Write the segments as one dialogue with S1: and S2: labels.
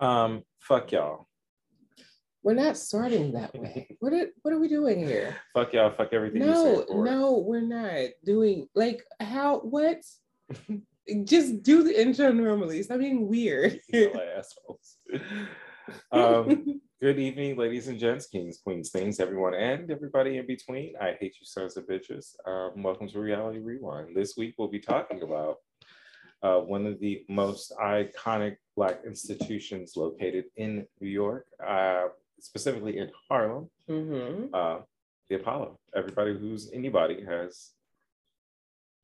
S1: Um, fuck y'all.
S2: We're not starting that way. What are, what are we doing here?
S1: Fuck y'all. Fuck everything. you
S2: No,
S1: stand for.
S2: no, we're not doing like how what? Just do the intro normally. Stop being weird.
S1: You little assholes. um, good evening, ladies and gents, kings, queens, things, everyone, and everybody in between. I hate you, sons of bitches. Um, welcome to Reality Rewind. This week we'll be talking about uh, one of the most iconic Black institutions located in New York, uh, specifically in Harlem,
S2: Mhm.
S1: uh, the Apollo. Everybody who's anybody has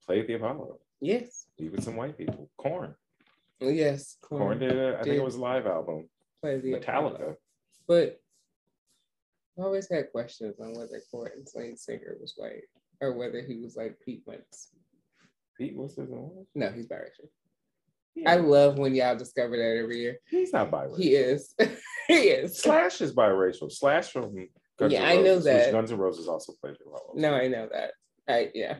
S1: played the Apollo,
S2: Yes.
S1: even some white people. Corn.
S2: Yes.
S1: Corn did it. I think
S2: Hmm. did.
S1: it was a live album.
S2: play the
S1: Metallica.
S2: But I always had questions on whether Corton Slade Singer was white or whether he was like Pete Wentz.
S1: Pete, what's his name?
S2: No, he's biracial.
S1: Yeah.
S2: I love when y'all discover that every year.
S1: He's not biracial.
S2: He is. he is.
S1: Slash is biracial. Slash from Guns
S2: Yeah,
S1: N'
S2: I know
S1: Roses, which
S2: that.
S1: Guns N' Roses also played a role.
S2: No, I know that. I yeah.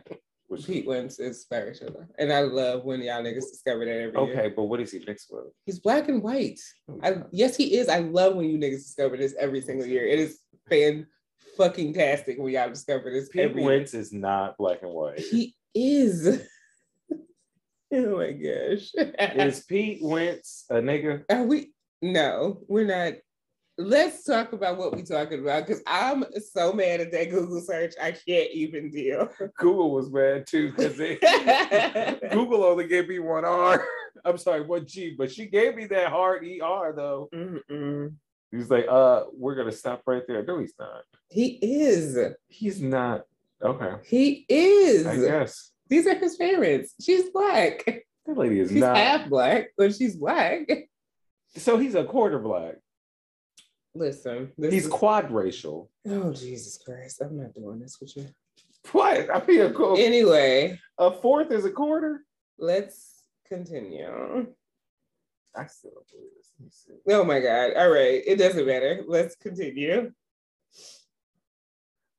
S1: Which,
S2: Pete Wentz is biracial. though. And I love when y'all niggas discover that every year.
S1: okay, but what is he mixed with?
S2: He's black and white. I, yes, he is. I love when you niggas discover this every single year. It is fan fucking tastic when y'all discover this
S1: Pete
S2: every
S1: Wentz is not black and white.
S2: He is. oh my gosh.
S1: is Pete Wentz a nigga?
S2: Are we? No, we're not. Let's talk about what we're talking about because I'm so mad at that Google search. I can't even deal.
S1: Google was bad too because Google only gave me one R. I'm sorry, one G, but she gave me that hard ER though.
S2: Mm-mm.
S1: He was like, uh, we're gonna stop right there. No, he's not.
S2: He is.
S1: He's not. Okay.
S2: He
S1: I
S2: is.
S1: guess.
S2: These are his parents. She's black.
S1: That lady is
S2: She's
S1: not.
S2: half black, but she's black.
S1: So he's a quarter black.
S2: Listen, this
S1: He's
S2: is-
S1: quad racial.
S2: oh Jesus Christ! I'm not doing this with you.
S1: What? I mean, a, qu-
S2: Anyway,
S1: a fourth is a quarter.
S2: let's continue.
S1: I still don't believe this. Let me see.
S2: Oh my God. All right. It doesn't matter. Let's continue.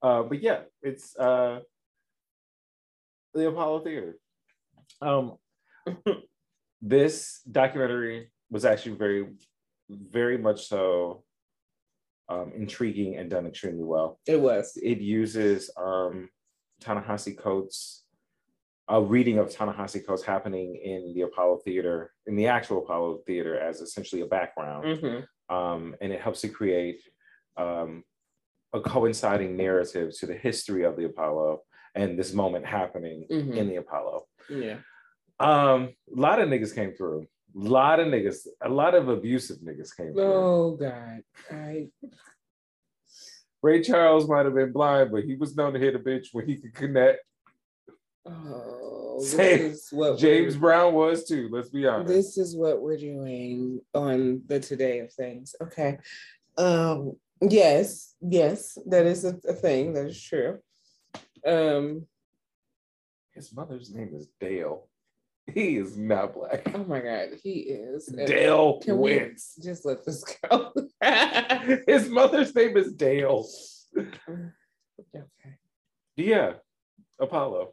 S1: Uh, but yeah, it's uh, the Apollo Theater. Um, this documentary was actually very, very much so um, intriguing and done extremely well.
S2: It was.
S1: it uses um Ta-Nehisi Coates, a reading of Ta-Nehisi Coates happening in the Apollo Theater, in the actual Apollo Theater as essentially a background.
S2: Mhm.
S1: Um, and it helps to create um, a coinciding narrative to the history of the Apollo and this moment happening
S2: Mhm.
S1: in the Apollo.
S2: Yeah.
S1: Um, a lot of niggas came through. A lot of niggas, a lot of abusive niggas came through.
S2: Oh God. I
S1: Ray Charles might have been blind, but he was known to hit a bitch when he could connect.
S2: oh this
S1: Same.
S2: is what
S1: James
S2: we're-
S1: Brown was too. Let's be honest.
S2: This is what we're doing on the today of things. Okay. Um yes, yes, that is a, a thing. That is true. Um,
S1: His mother's name is Dale. He is not black.
S2: oh my god, he is and
S1: Dale
S2: Can we-
S1: Wentz.
S2: just let this go.
S1: His mother's name is Dale.
S2: okay.
S1: Yeah, Apollo.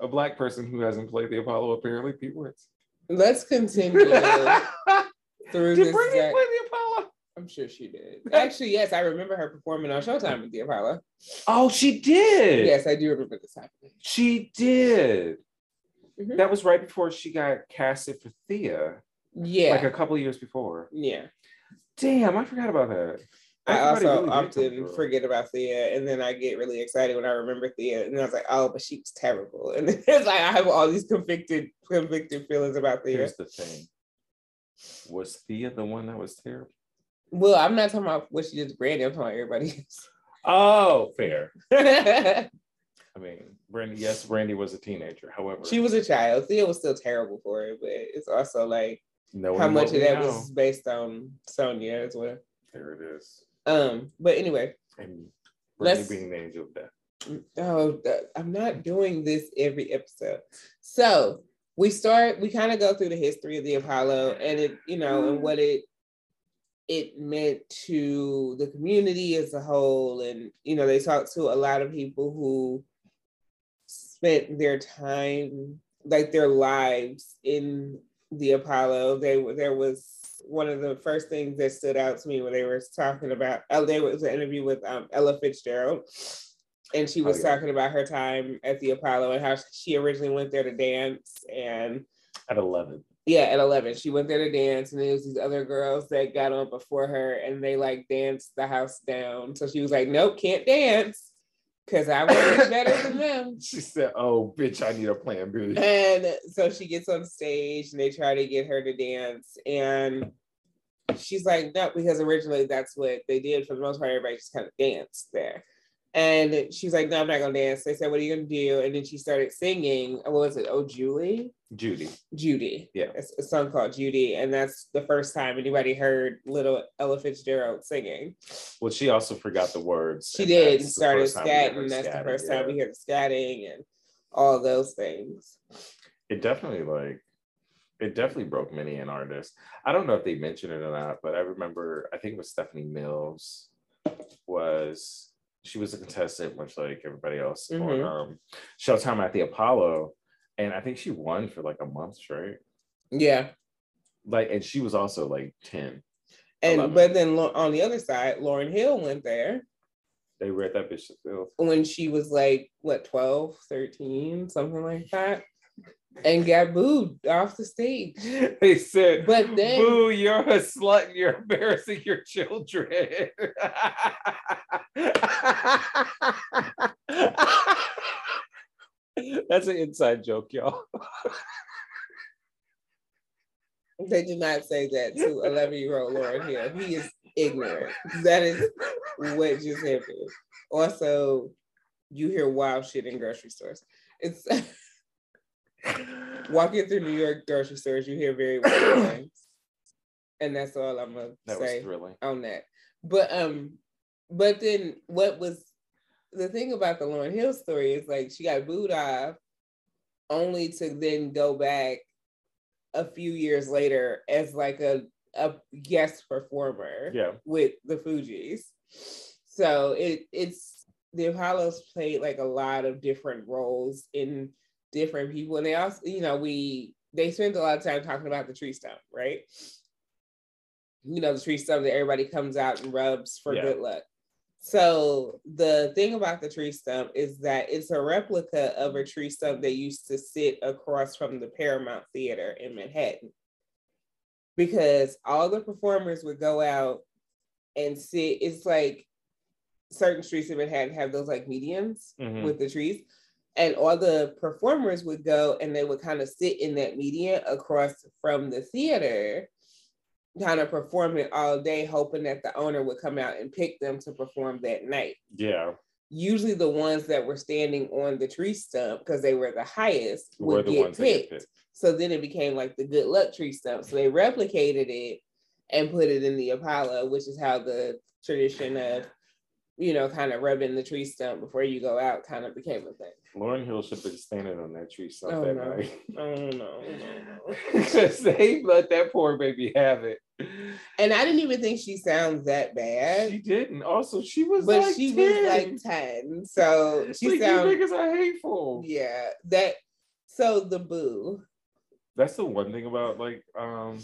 S1: A black person who hasn't played the Apollo apparently Pete Wentz.
S2: Let's continue
S1: Did
S2: through
S1: Brittany
S2: this.
S1: play
S2: exact-
S1: the Apollo?
S2: I'm sure she did. Actually, yes, I remember her performing on Showtime with the Apollo.
S1: Oh, she did.
S2: Yes, I do remember this happening.
S1: She did.
S2: Mhm.
S1: That was right before she got casted for Thea,
S2: Yeah.
S1: like a couple of years before.
S2: yeah.
S1: Damn, I forgot about that.
S2: I
S1: Everybody
S2: also
S1: really did come
S2: often
S1: through.
S2: forget about Thea, and then I get really excited when I remember Thea, and I was like, "Oh, but she was terrible." And it's like I have all these convicted, convicted feelings about Thea.
S1: Here's the thing. Was Thea the one that was terrible?
S2: Well, I'm not talking about what she did to Brandy. I'm talking about everybody
S1: Oh, fair.
S2: else.
S1: I mean, Brandy, yes, Brandy was a teenager. However,
S2: she was a child. Thea was still terrible for it, but it's also like
S1: knowing
S2: how much
S1: what
S2: of
S1: we
S2: that
S1: know,
S2: was based on Sonya as well.
S1: there it is.
S2: Um, but anyway,
S1: And Brandy
S2: Let's-
S1: being the angel of death.
S2: Oh, th- I'm not doing this every episode. So we start, we kind of go through the history of the Apollo and it, you know, and what it it meant to the community as a whole. And, you know, they talked to a lot of people who spent their time, like their lives in the Apollo. They were there was one of the first things that stood out to me when they were talking about. Oh, there was an interview with um, Ella Fitzgerald, and she was
S1: Oh, yeah.
S2: talking about her time at the Apollo and how she originally went there to dance and
S1: at 11.
S2: yeah, at 11, she went there to dance, and there was these other girls that got on before her, and they like danced the house down. So she was like, "Nope, can't dance, cause I was better than them."
S1: She said, Oh, bitch, I need a plan B.
S2: And so she gets on stage, and they try to get her to dance, and she's like, "No," because originally that's what they did for the most part. Everybody just kind of danced there. And she's like, no, I'm not gonna dance. They said, what are you gonna do? And then she started singing. What was it? Oh, Julie.
S1: Judy.
S2: Judy.
S1: Yeah.
S2: It's a song called Judy. And that's the first time anybody heard little Ella Fitzgerald singing.
S1: Well, she also forgot the words.
S2: She
S1: and
S2: did and
S1: that's the
S2: started
S1: first time we ever
S2: scatting. That's the
S1: scatted,
S2: first
S1: yeah.
S2: time we hear the scatting and all those things.
S1: it definitely like it definitely broke many an artist. I don't know if they mentioned it or not, but I remember I think it was Stephanie Mills was she was a contestant, much like everybody else on
S2: Mhm.
S1: um, Showtime at the Apollo, and I think she won for like a month straight.
S2: Yeah.
S1: Like, and she was also like ten. love
S2: And
S1: it.
S2: but then Lo- on the other side, Lauren Hill went there
S1: They read that bitch to filth.
S2: when she was like, what, 12, 13, something like that, and got booed off the stage.
S1: They said,
S2: But then-
S1: "Boo, you're a slut. You're embarrassing your children." That's an inside joke, y'all.
S2: They did not say that to 11 year old Lauren Hill. He is ignorant. That is what just happened. Also, you hear wild shit in grocery stores. It's walking through New York grocery stores, you hear very wild things. And that's all I'm gonna
S1: That was
S2: say
S1: thrilling.
S2: on that. But um, but then what was the thing about the Lauren Hill story is like she got booed off, only to then go back a few years later as like a a guest performer
S1: Yeah,
S2: with the Fugees. So it it's the Apollos played like a lot of different roles in different people, and they also you know we they spent a lot of time talking about the tree stump, right? You know the tree stump that everybody comes out and rubs for
S1: Yeah.
S2: good luck. So the thing about the tree stump is that it's a replica of a tree stump that used to sit across from the Paramount Theater in Manhattan. Because all the performers would go out and sit. It's like certain streets in Manhattan have those like medians
S1: Mhm.
S2: with the trees. And all the performers would go and they would kind of sit in that median across from the theater, kind of performing all day, hoping that the owner would come out and pick them to perform that night.
S1: yeah.
S2: Usually the ones that were standing on the tree stump, because they were the highest,
S1: We're
S2: would
S1: the
S2: get
S1: ones
S2: picked.
S1: that get
S2: So then it became like the good luck tree stump. So they replicated it and put it in the Apollo, which is how the tradition of, you know, kind of rubbing the tree stump before you go out kind of became a thing.
S1: picked. Lauren Hill should have been standing on that tree stump
S2: Oh,
S1: that
S2: no.
S1: night
S2: Oh no, no, no.
S1: because they let that poor baby have it.
S2: And I didn't even think she sounds that
S1: She
S2: bad.
S1: didn't. Also, she was
S2: But
S1: like
S2: she
S1: 10.
S2: was like 10. So
S1: It's
S2: she
S1: like,
S2: sounds
S1: you niggas are hateful.
S2: yeah. That so the boo.
S1: That's the one thing about like um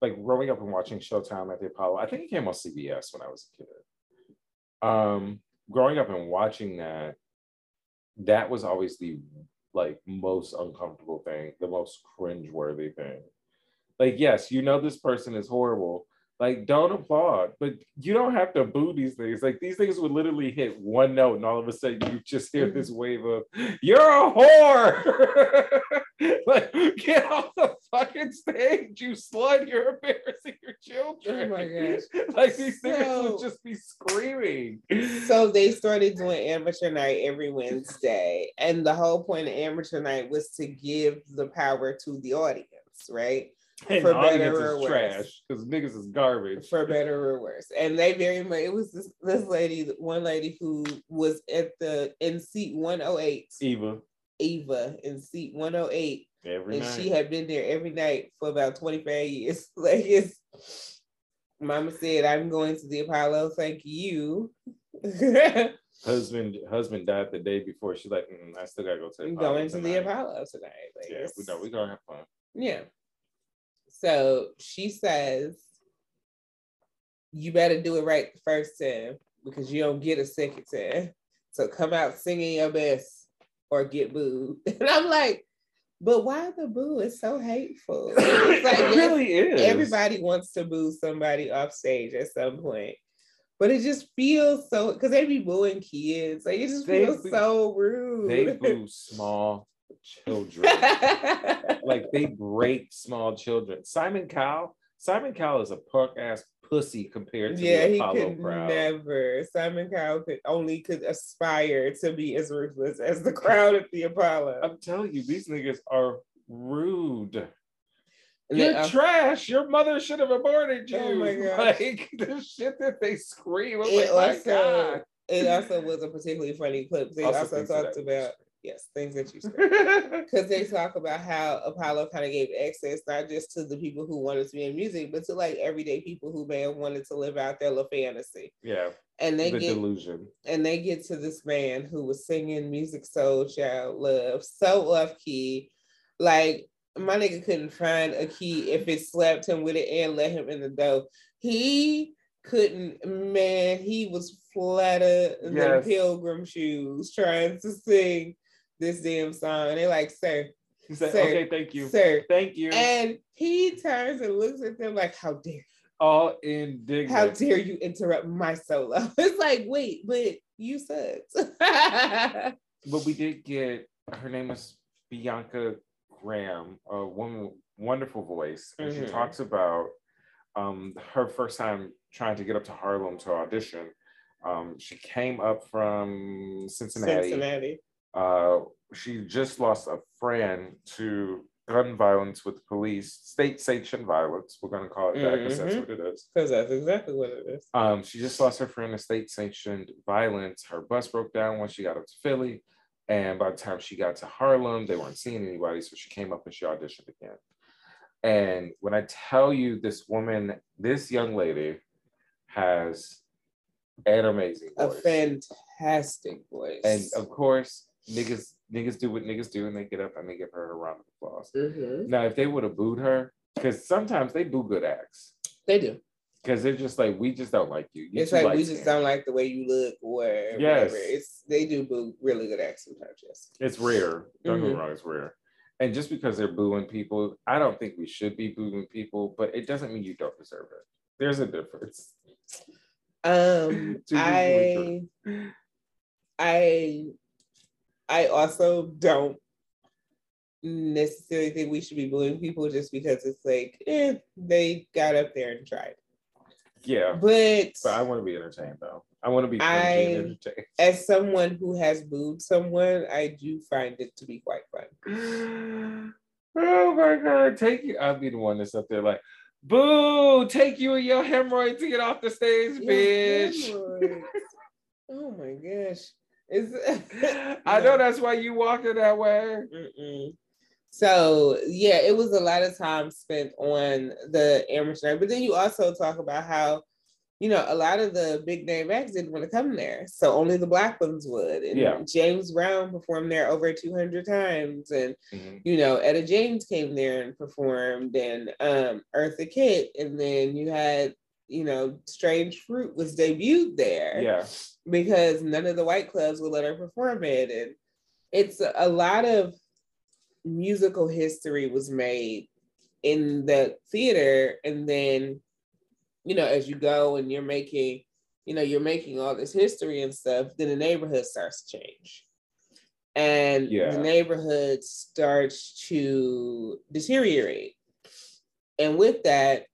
S1: like growing up and watching Showtime at the Apollo. I think it came on CBS when I was a kid. Um growing up and watching that, that was always the like most uncomfortable thing, the most cringeworthy thing. Like, yes, you know this person is horrible. Like, don't applaud, but you don't have to boo these things. Like, these things would literally hit one note, and all of a sudden you just hear this wave of, you're a whore. like, get off the fucking stage, you slut. You're embarrassing your children.
S2: Oh my gosh.
S1: like, these niggas would
S2: So-
S1: just be screaming.
S2: So they started doing amateur night every Wednesday. And the whole point of amateur night was to give the power to the audience, right?
S1: and
S2: for
S1: the audience
S2: better or
S1: is
S2: worse.
S1: trash because niggas is garbage.
S2: For better or worse. And they very much it was this, this lady, one lady who was at the in seat 108,
S1: Eva,
S2: Ava in seat 108.
S1: every
S2: and
S1: night.
S2: she had been there every night for about 25 years. Like it's mama said, I'm going to the Apollo, thank you.
S1: husband husband died the day before. She's like, mm, I still gotta go to the
S2: I'm
S1: Apollo
S2: going to the
S1: tonight."
S2: Apollo tonight. Like,
S1: Yeah, we
S2: it's-
S1: know we're gonna have fun.
S2: Yeah. So she says, You better do it right the first time because you don't get a second time. So come out singing your best or get booed. And I'm like, But why the boo is so hateful? It's like,
S1: it really is.
S2: Everybody wants to boo somebody off stage at some point. But it just feels so because they be booing kids. Like it just
S1: They
S2: feels
S1: boo-
S2: so rude.
S1: They boo small children. like they break small children. Simon Cowell. Simon Cowell is a punk ass pussy compared to
S2: yeah,
S1: the
S2: he
S1: Apollo
S2: could
S1: crowd.
S2: never. Simon Cowell could only could aspire to be as ruthless as the crowd at the Apollo.
S1: I'm telling you, these niggas are rude.
S2: And
S1: You're
S2: then, uh,
S1: trash. Your mother should have aborted you.
S2: Oh my gosh.
S1: Like the shit that they scream. I'm
S2: It
S1: like,
S2: also-
S1: my God.
S2: it also was a particularly funny clip. They
S1: Also
S2: also,
S1: things that
S2: talked
S1: I-
S2: about yes, things that you said. Because they talk about how Apollo kind of gave access not just to the people who wanted to be in music, but to like everyday people who may have wanted to live out their little fantasy.
S1: yeah,
S2: And they
S1: the
S2: get
S1: delusion.
S2: and they get to this man who was singing music soul child love so off key like my nigga couldn't find a key if it slapped him with it and let him in the dough he couldn't man he was flatter than
S1: Yes.
S2: pilgrim shoes trying to sing this damn song and they're like sir
S1: He said,
S2: Sir,
S1: okay, thank you.
S2: sir
S1: Thank you.
S2: and he turns and looks at them like how dare
S1: All indignant.
S2: how dare you interrupt my solo? It's like, wait, but you sucked.
S1: but we did get her name is Bianca Graham, a woman wonderful voice, and
S2: Mhm.
S1: she talks about um, her first time trying to get up to Harlem to audition. Um, she came up from Cincinnati.
S2: Cincinnati.
S1: Uh, she just lost a friend to gun violence with the police, state sanctioned violence. We're going to call it that because that's
S2: Mhm.
S1: what it is.
S2: Because that's exactly what it is.
S1: Um, she just lost her friend to state sanctioned violence. Her bus broke down once she got up to Philly. And by the time she got to Harlem, they weren't seeing anybody. So she came up and she auditioned again. And when I tell you this woman, this young lady has an amazing
S2: A
S1: voice.
S2: fantastic voice.
S1: And of course, niggas, niggas do what niggas do and they get up and they give her a round of applause.
S2: Mhm.
S1: Now, if they would have booed her, because sometimes they boo good acts.
S2: they do.
S1: Because they're just like, we just don't like you. You
S2: It's
S1: too
S2: like we just
S1: light-skinned."
S2: don't like the way you look or
S1: Yes.
S2: whatever. It's they do boo really good acts sometimes, yes.
S1: It's rare. Don't get me
S2: Mhm.
S1: wrong, it's rare. And just because they're booing people, I don't think we should be booing people, but it doesn't mean you don't deserve it. There's a difference.
S2: Um
S1: To be
S2: I I I also don't necessarily think we should be booing people just because it's like eh, they got up there and tried.
S1: Yeah.
S2: But
S1: But I want to be entertained though. I want to be
S2: I-
S1: cringy and entertained.
S2: as someone who has booed someone, I do find it to be quite fun.
S1: Oh my god, take you. I'll be the one that's up there like, boo, take you and your hemorrhoids to get off the stage, bitch.
S2: oh my gosh. It's
S1: I know
S2: No.
S1: that's why you walking that way.
S2: Mm-mm. So yeah, it was a lot of time spent on the amateur night. But then you also talk about how, you know, a lot of the big name acts didn't want to come there, so only the black ones would. And
S1: Yeah.
S2: James Brown performed there over two hundred times, and
S1: Mhm.
S2: you know, Etta James came there and performed, and um, Eartha Kitt, and then you had, you know, Strange Fruit was debuted there
S1: Yeah.
S2: because none of the white clubs would let her perform it. And it's a lot of musical history was made in the theater. And then, you know, as you go and you're making, you know, you're making all this history and stuff, then the neighborhood starts to change. And
S1: Yeah.
S2: the neighborhood starts to deteriorate. And with that,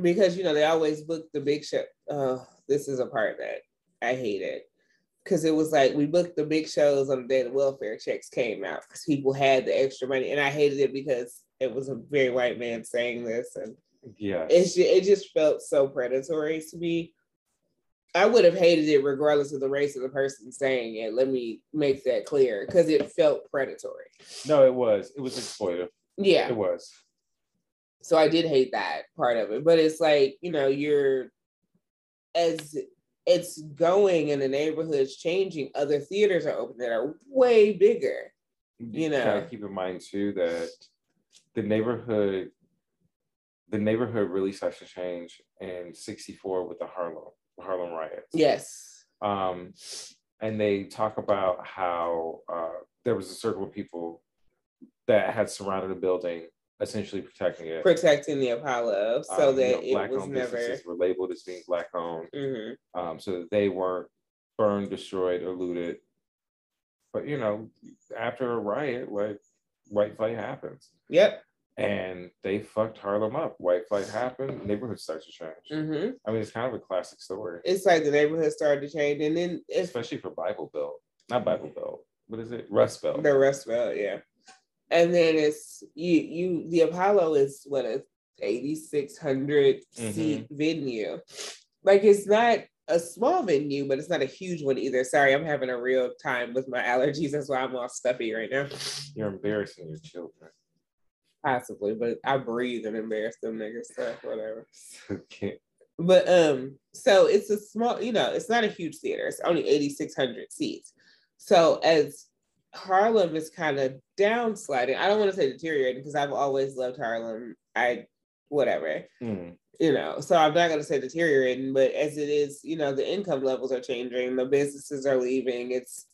S2: because you know they always book the big show. Oh, this is a part that I hate it because it was like we booked the big shows on the day the welfare checks came out because people had the extra money, and I hated it because it was a very white man saying this, and
S1: Yeah.
S2: it's ju- it just felt so predatory to me. I would have hated it regardless of the race of the person saying it. Let me make that clear because it felt predatory.
S1: No, it was. It was exploitive.
S2: Yeah,
S1: It was.
S2: so I did hate that part of it. But it's like, you know, you're as it's going and the neighborhood's changing, other theaters are open that are way bigger.
S1: you
S2: you know.
S1: gotta keep in mind too that the neighborhood the neighborhood really starts to change in 64 with the Harlem, Harlem riots.
S2: Yes.
S1: Um, and they talk about how uh, there was a circle of people that had surrounded the building, essentially protecting it.
S2: Protecting the Apollo so
S1: Um, you know,
S2: that it was
S1: black-owned
S2: never.
S1: businesses were labeled as being black owned,
S2: Mhm.
S1: um, so that they weren't burned, destroyed, or looted. But you know, after a riot, like white flight happens,
S2: Yep.
S1: and they fucked Harlem up. White flight happened, neighborhood starts to change.
S2: hmm
S1: I mean, it's kind of a classic story,
S2: It's like the neighborhood started to change, and then it's
S1: especially for Bible Belt, not Bible Belt. What is it? Rust Belt.
S2: the Rust Belt, yeah. And then it's you. You the Apollo is what a eighty six seat
S1: Mm-hmm.
S2: venue. Like it's not a small venue, but it's not a huge one either. Sorry, I'm having a real time with my allergies. That's why I'm all stuffy right now.
S1: You're embarrassing your children.
S2: Possibly, but I breathe and embarrass them niggas, so whatever.
S1: okay.
S2: But um, so it's a small, you know, it's not a huge theater. It's only eighty six hundred seats. So as Harlem is kind of downsliding, I don't want to say deteriorating because I've always loved Harlem. I whatever,
S1: Mm,
S2: you know. So I'm not going to say deteriorating, but as it is, you know, the income levels are changing, the businesses are leaving. It's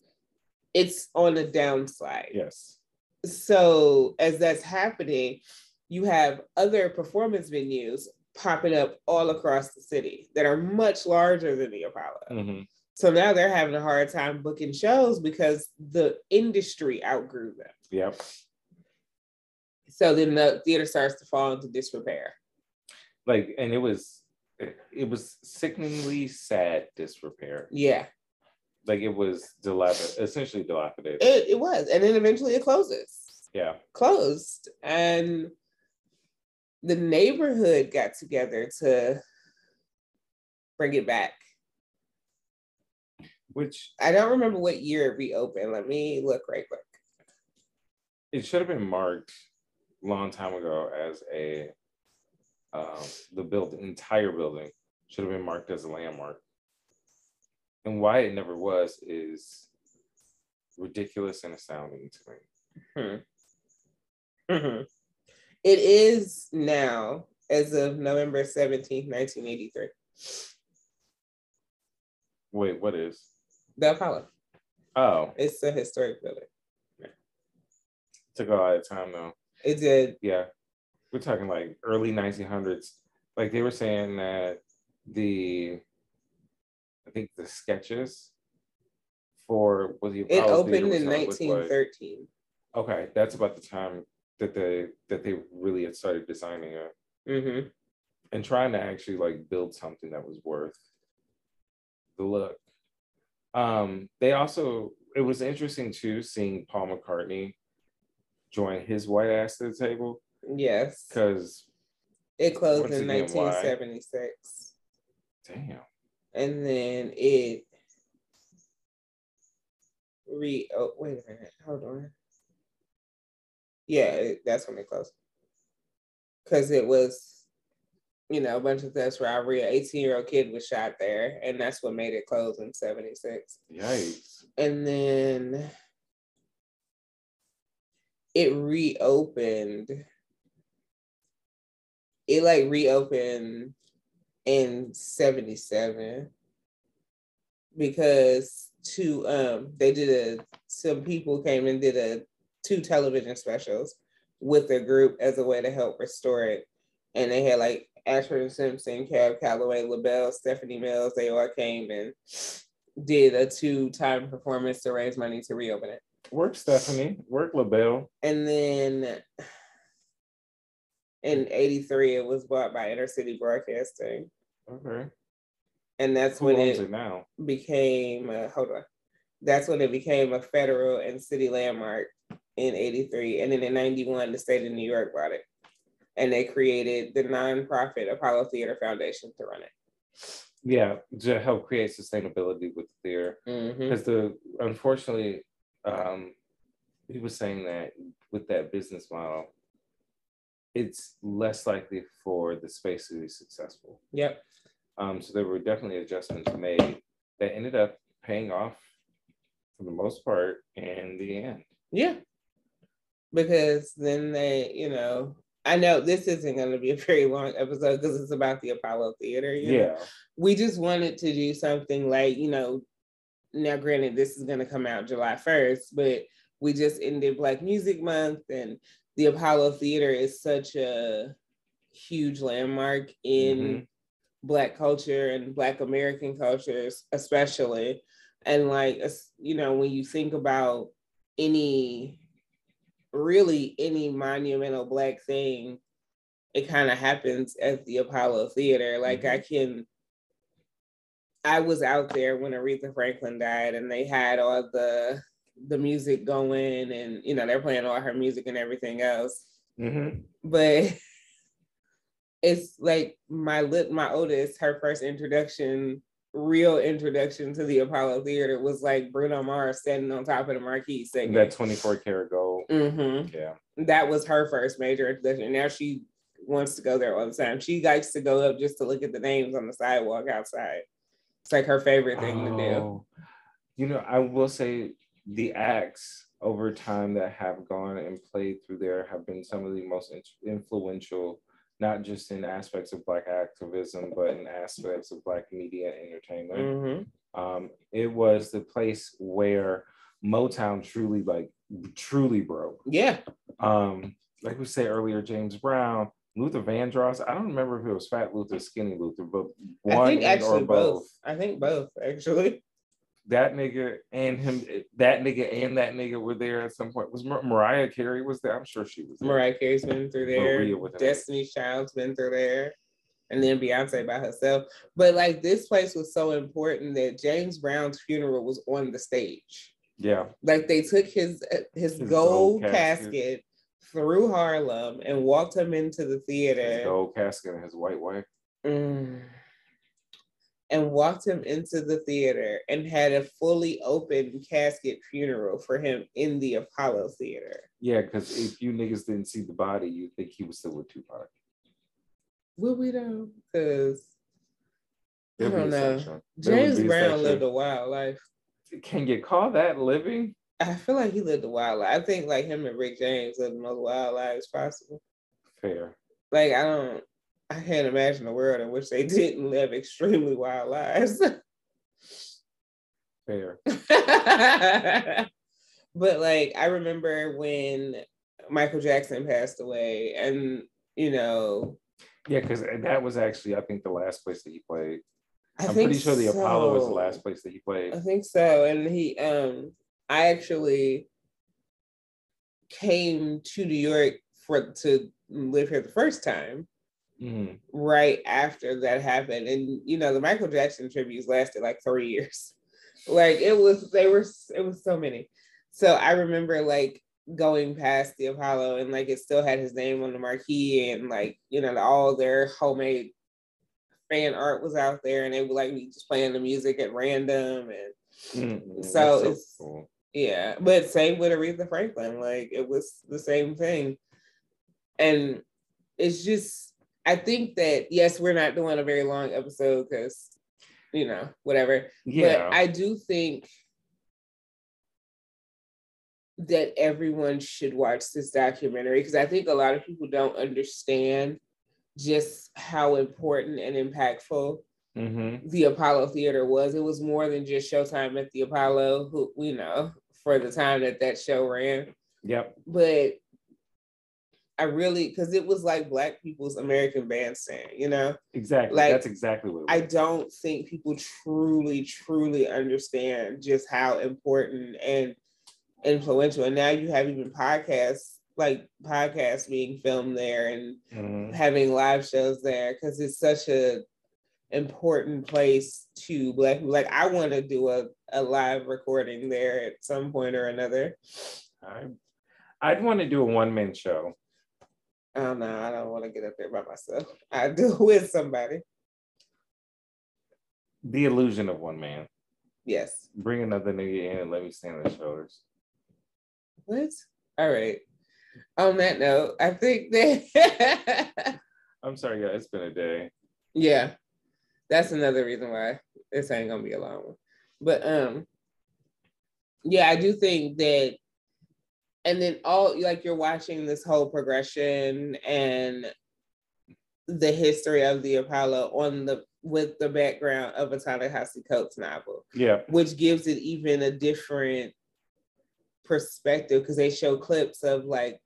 S2: it's on a downslide
S1: yes.
S2: so as that's happening you have other performance venues popping up all across the city that are much larger than the apollo
S1: Mhm.
S2: so now they're having a hard time booking shows because the industry outgrew them
S1: Yep.
S2: so then the theater starts to fall into disrepair
S1: Like, and it was, it, it was sickeningly sad disrepair.
S2: yeah
S1: Like it was dilapid, essentially dilapidated.
S2: it, it was and then eventually it closes
S1: yeah.
S2: closed and the neighborhood got together to bring it back
S1: Which
S2: I don't remember what year it reopened. Let me look right quick.
S1: it should have been marked long time ago as a, um, the build entire building should have been marked as a landmark. And why it never was is ridiculous and astounding to me. Mm-hmm.
S2: Mhm. It is now as of November 17th, 1983.
S1: Wait, what is?
S2: The Apollo.
S1: Oh,
S2: It's a historic building.
S1: took a lot of time though.
S2: It did.
S1: yeah we're talking like early 1900s like they were saying that the i think the sketches for was the
S2: It
S1: Apollo Theater
S2: opened
S1: was
S2: in
S1: how it looked like.
S2: 1913.
S1: okay that's about the time that they that they really had started designing it
S2: Mm-hmm.
S1: and trying to actually like build something that was worth the look um they also it was interesting too seeing paul mccartney join his white ass to the table
S2: Yes.
S1: because
S2: It closed
S1: Once
S2: in
S1: again, why?
S2: 1976.
S1: damn
S2: And then it re oh wait a minute, hold on. Yeah, it, that's when it closed. Cause it was, you know, a bunch of thefts robbery. An 18 year old kid was shot there, and that's what made it close in 76.
S1: Yikes.
S2: And then it reopened. It like reopened in 77 because two um they did a some people came and did a two television specials with their group as a way to help restore it and they had like Ashford Simpson, Cab Calloway, LaBelle, Stephanie Mills, they all came and did a two-time performance to raise money to reopen it.
S1: Work, Stephanie. Work, LaBelle.
S2: And then in 83 it was bought by Intercity Broadcasting.
S1: Okay.
S2: And that's
S1: Who
S2: when
S1: owns
S2: it,
S1: it now?
S2: became uh, hold on that's when it became a federal and city landmark in 83 and then in 91 the state of new york bought it and they created the nonprofit apollo theater foundation to run it
S1: Yeah, to help create sustainability with the theater. Because the unfortunately, um, he was saying that with that business model, it's less likely for the space to be successful.
S2: yep
S1: Um, so there were definitely adjustments made that ended up paying off for the most part in the end.
S2: yeah because then they you know I know this isn't going to be a very long episode because it's about the Apollo Theater. you know?
S1: Yeah.
S2: We just wanted to do something like, you know, now granted, this is going to come out July 1st, but we just ended Black Music Month and the Apollo Theater is such a huge landmark in
S1: Mhm.
S2: Black culture and Black American cultures, especially. And like, es- you know, when you think about any, really any monumental Black thing, it kind of happens at the Apollo Theater. Like, I can, I was out there when Aretha Franklin died and they had all the, the music going and you know they're playing all her music and everything else
S1: Mhm.
S2: but it's like my lit my oldest her first introduction real introduction to the apollo theater was like bruno mars standing on top of the marquee singing
S1: That 24 karat gold.
S2: hmm
S1: Yeah.
S2: that was her first major introduction now she wants to go there all the time she likes to go up just to look at the names on the sidewalk outside it's like her favorite thing to do
S1: Oh. You know, I will say the acts over time that have gone and played through there have been some of the most in- influential, not just in aspects of Black activism, but in aspects of Black media and entertainment.
S2: Mhm.
S1: Um, it was the place where Motown truly, like, truly broke.
S2: yeah
S1: Um, like we said earlier, James Brown, Luther Vandross. I don't remember if it was Fat Luther, Skinny Luther, but one
S2: i think
S1: and
S2: actually
S1: or
S2: both.
S1: both.
S2: i think both actually
S1: that nigga and him, that nigga and that nigga were there at some point. Was Mar- Mariah Carey was there? I'm sure she was there.
S2: mariah carey's been through there
S1: Maria with an A.
S2: Destiny's Child's been through there, and then Beyonce by herself. But like this place was so important that James Brown's funeral was on the stage.
S1: Yeah,
S2: Like they took his uh, his,
S1: His
S2: gold
S1: gold
S2: casket.
S1: casket.
S2: through Harlem and walked him into the
S1: his
S2: theater.
S1: gold casket and his white wife.
S2: Mm. And walked him into the theater and had a fully open casket funeral for him in the Apollo Theater.
S1: Yeah, because if you niggas didn't see the body, you think he was still with Tupac.
S2: Will we know? Because I
S1: There'd
S2: don't
S1: be a
S2: know.
S1: section. There would
S2: James
S1: be a
S2: Brown
S1: section.
S2: lived a wild life.
S1: Can you call that living?
S2: I feel like he lived a wild life. I think like him and Rick James lived the most wild lives possible.
S1: Fair.
S2: Like I don't, I can't imagine a world in which they didn't live extremely wild lives.
S1: Fair.
S2: but like I remember when Michael Jackson passed away, and you know,
S1: Yeah, because that was actually, I think, the last place that he played.
S2: I
S1: I'm
S2: think
S1: pretty sure the Apollo was the
S2: so.
S1: last place that he played.
S2: I think so. And he um I actually came to New York for to live here the first time
S1: Mhm.
S2: right after that happened. And you know, the Michael Jackson tributes lasted like three years. Like it was they were it was so many. So I remember like going past the Apollo and like it still had his name on the marquee and like, you know, all their homemade fan art was out there and they were like we just playing the music at random and
S1: Mhm.
S2: So
S1: That's
S2: it's-
S1: cool.
S2: yeah, but same with Aretha Franklin. Like it was the same thing. And it's just, I think that, yes, we're not doing a very long episode because, you know, whatever.
S1: yeah.
S2: But I do think that everyone should watch this documentary because I think a lot of people don't understand just how important and impactful
S1: Mhm.
S2: the Apollo Theater was. It was more than just Showtime at the Apollo, who you know, for the time that that show ran.
S1: Yep.
S2: But I really, because it was like Black people's American Bandstand, you know.
S1: Exactly.
S2: Like,
S1: That's exactly what it was.
S2: I don't think people truly, truly understand just how important and influential. And now you have even podcasts, like podcasts being filmed there, and
S1: Mhm.
S2: having live shows there because it's such a important place to black people. Like I want to do a, a live recording there at some point or another.
S1: I, I'd want to do a one man show.
S2: I don't know. Um, I don't want to get up there by myself. I do with somebody.
S1: The illusion of one man.
S2: Yes.
S1: Bring another nigga in and let me stand on his shoulders.
S2: What? All right. On that note, I think that
S1: I'm sorry, guys. It's been a day.
S2: yeah, that's another reason why this ain't gonna be a long one. But um, yeah, I do think that and then all like you're watching this whole progression and the history of the Apollo on the with the background of a Ta-Nehisi Coates novel,
S1: Yeah.
S2: which gives it even a different perspective because they show clips of like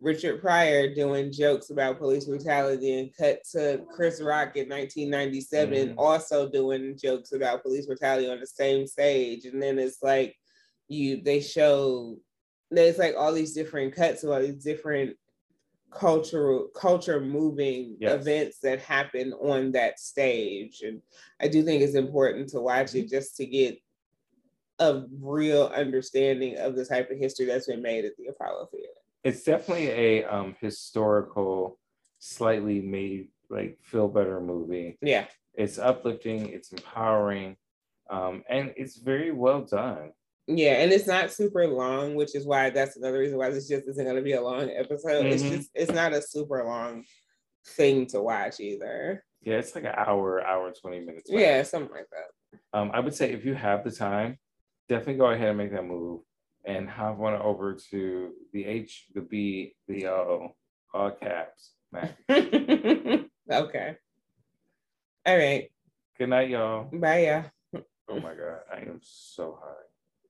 S2: Richard Pryor doing jokes about police brutality and cut to Chris Rock in 1997
S1: Mhm.
S2: also doing jokes about police brutality on the same stage. And then it's like you they show there's like all these different cuts of all these different cultural culture moving
S1: Yes.
S2: events that happen on that stage. And I do think it's important to watch it just to get a real understanding of the type of history that's been made at the Apollo Theater.
S1: It's definitely a um historical, slightly made like feel better movie.
S2: Yeah.
S1: It's uplifting, it's empowering, um, and it's very well done.
S2: Yeah, and it's not super long, which is why that's another reason why this just isn't going to be a long episode. It's
S1: Mhm.
S2: just it's not a super long thing to watch either.
S1: Yeah, it's like an hour, hour and 20 minutes. max.
S2: Yeah, something like that.
S1: Um, I would say if you have the time, definitely go ahead and make that move and hop on over to the H, the B, the O, all caps. Man.
S2: okay. All right.
S1: Good night, y'all.
S2: Bye, y'all.
S1: Oh my God, I am so high.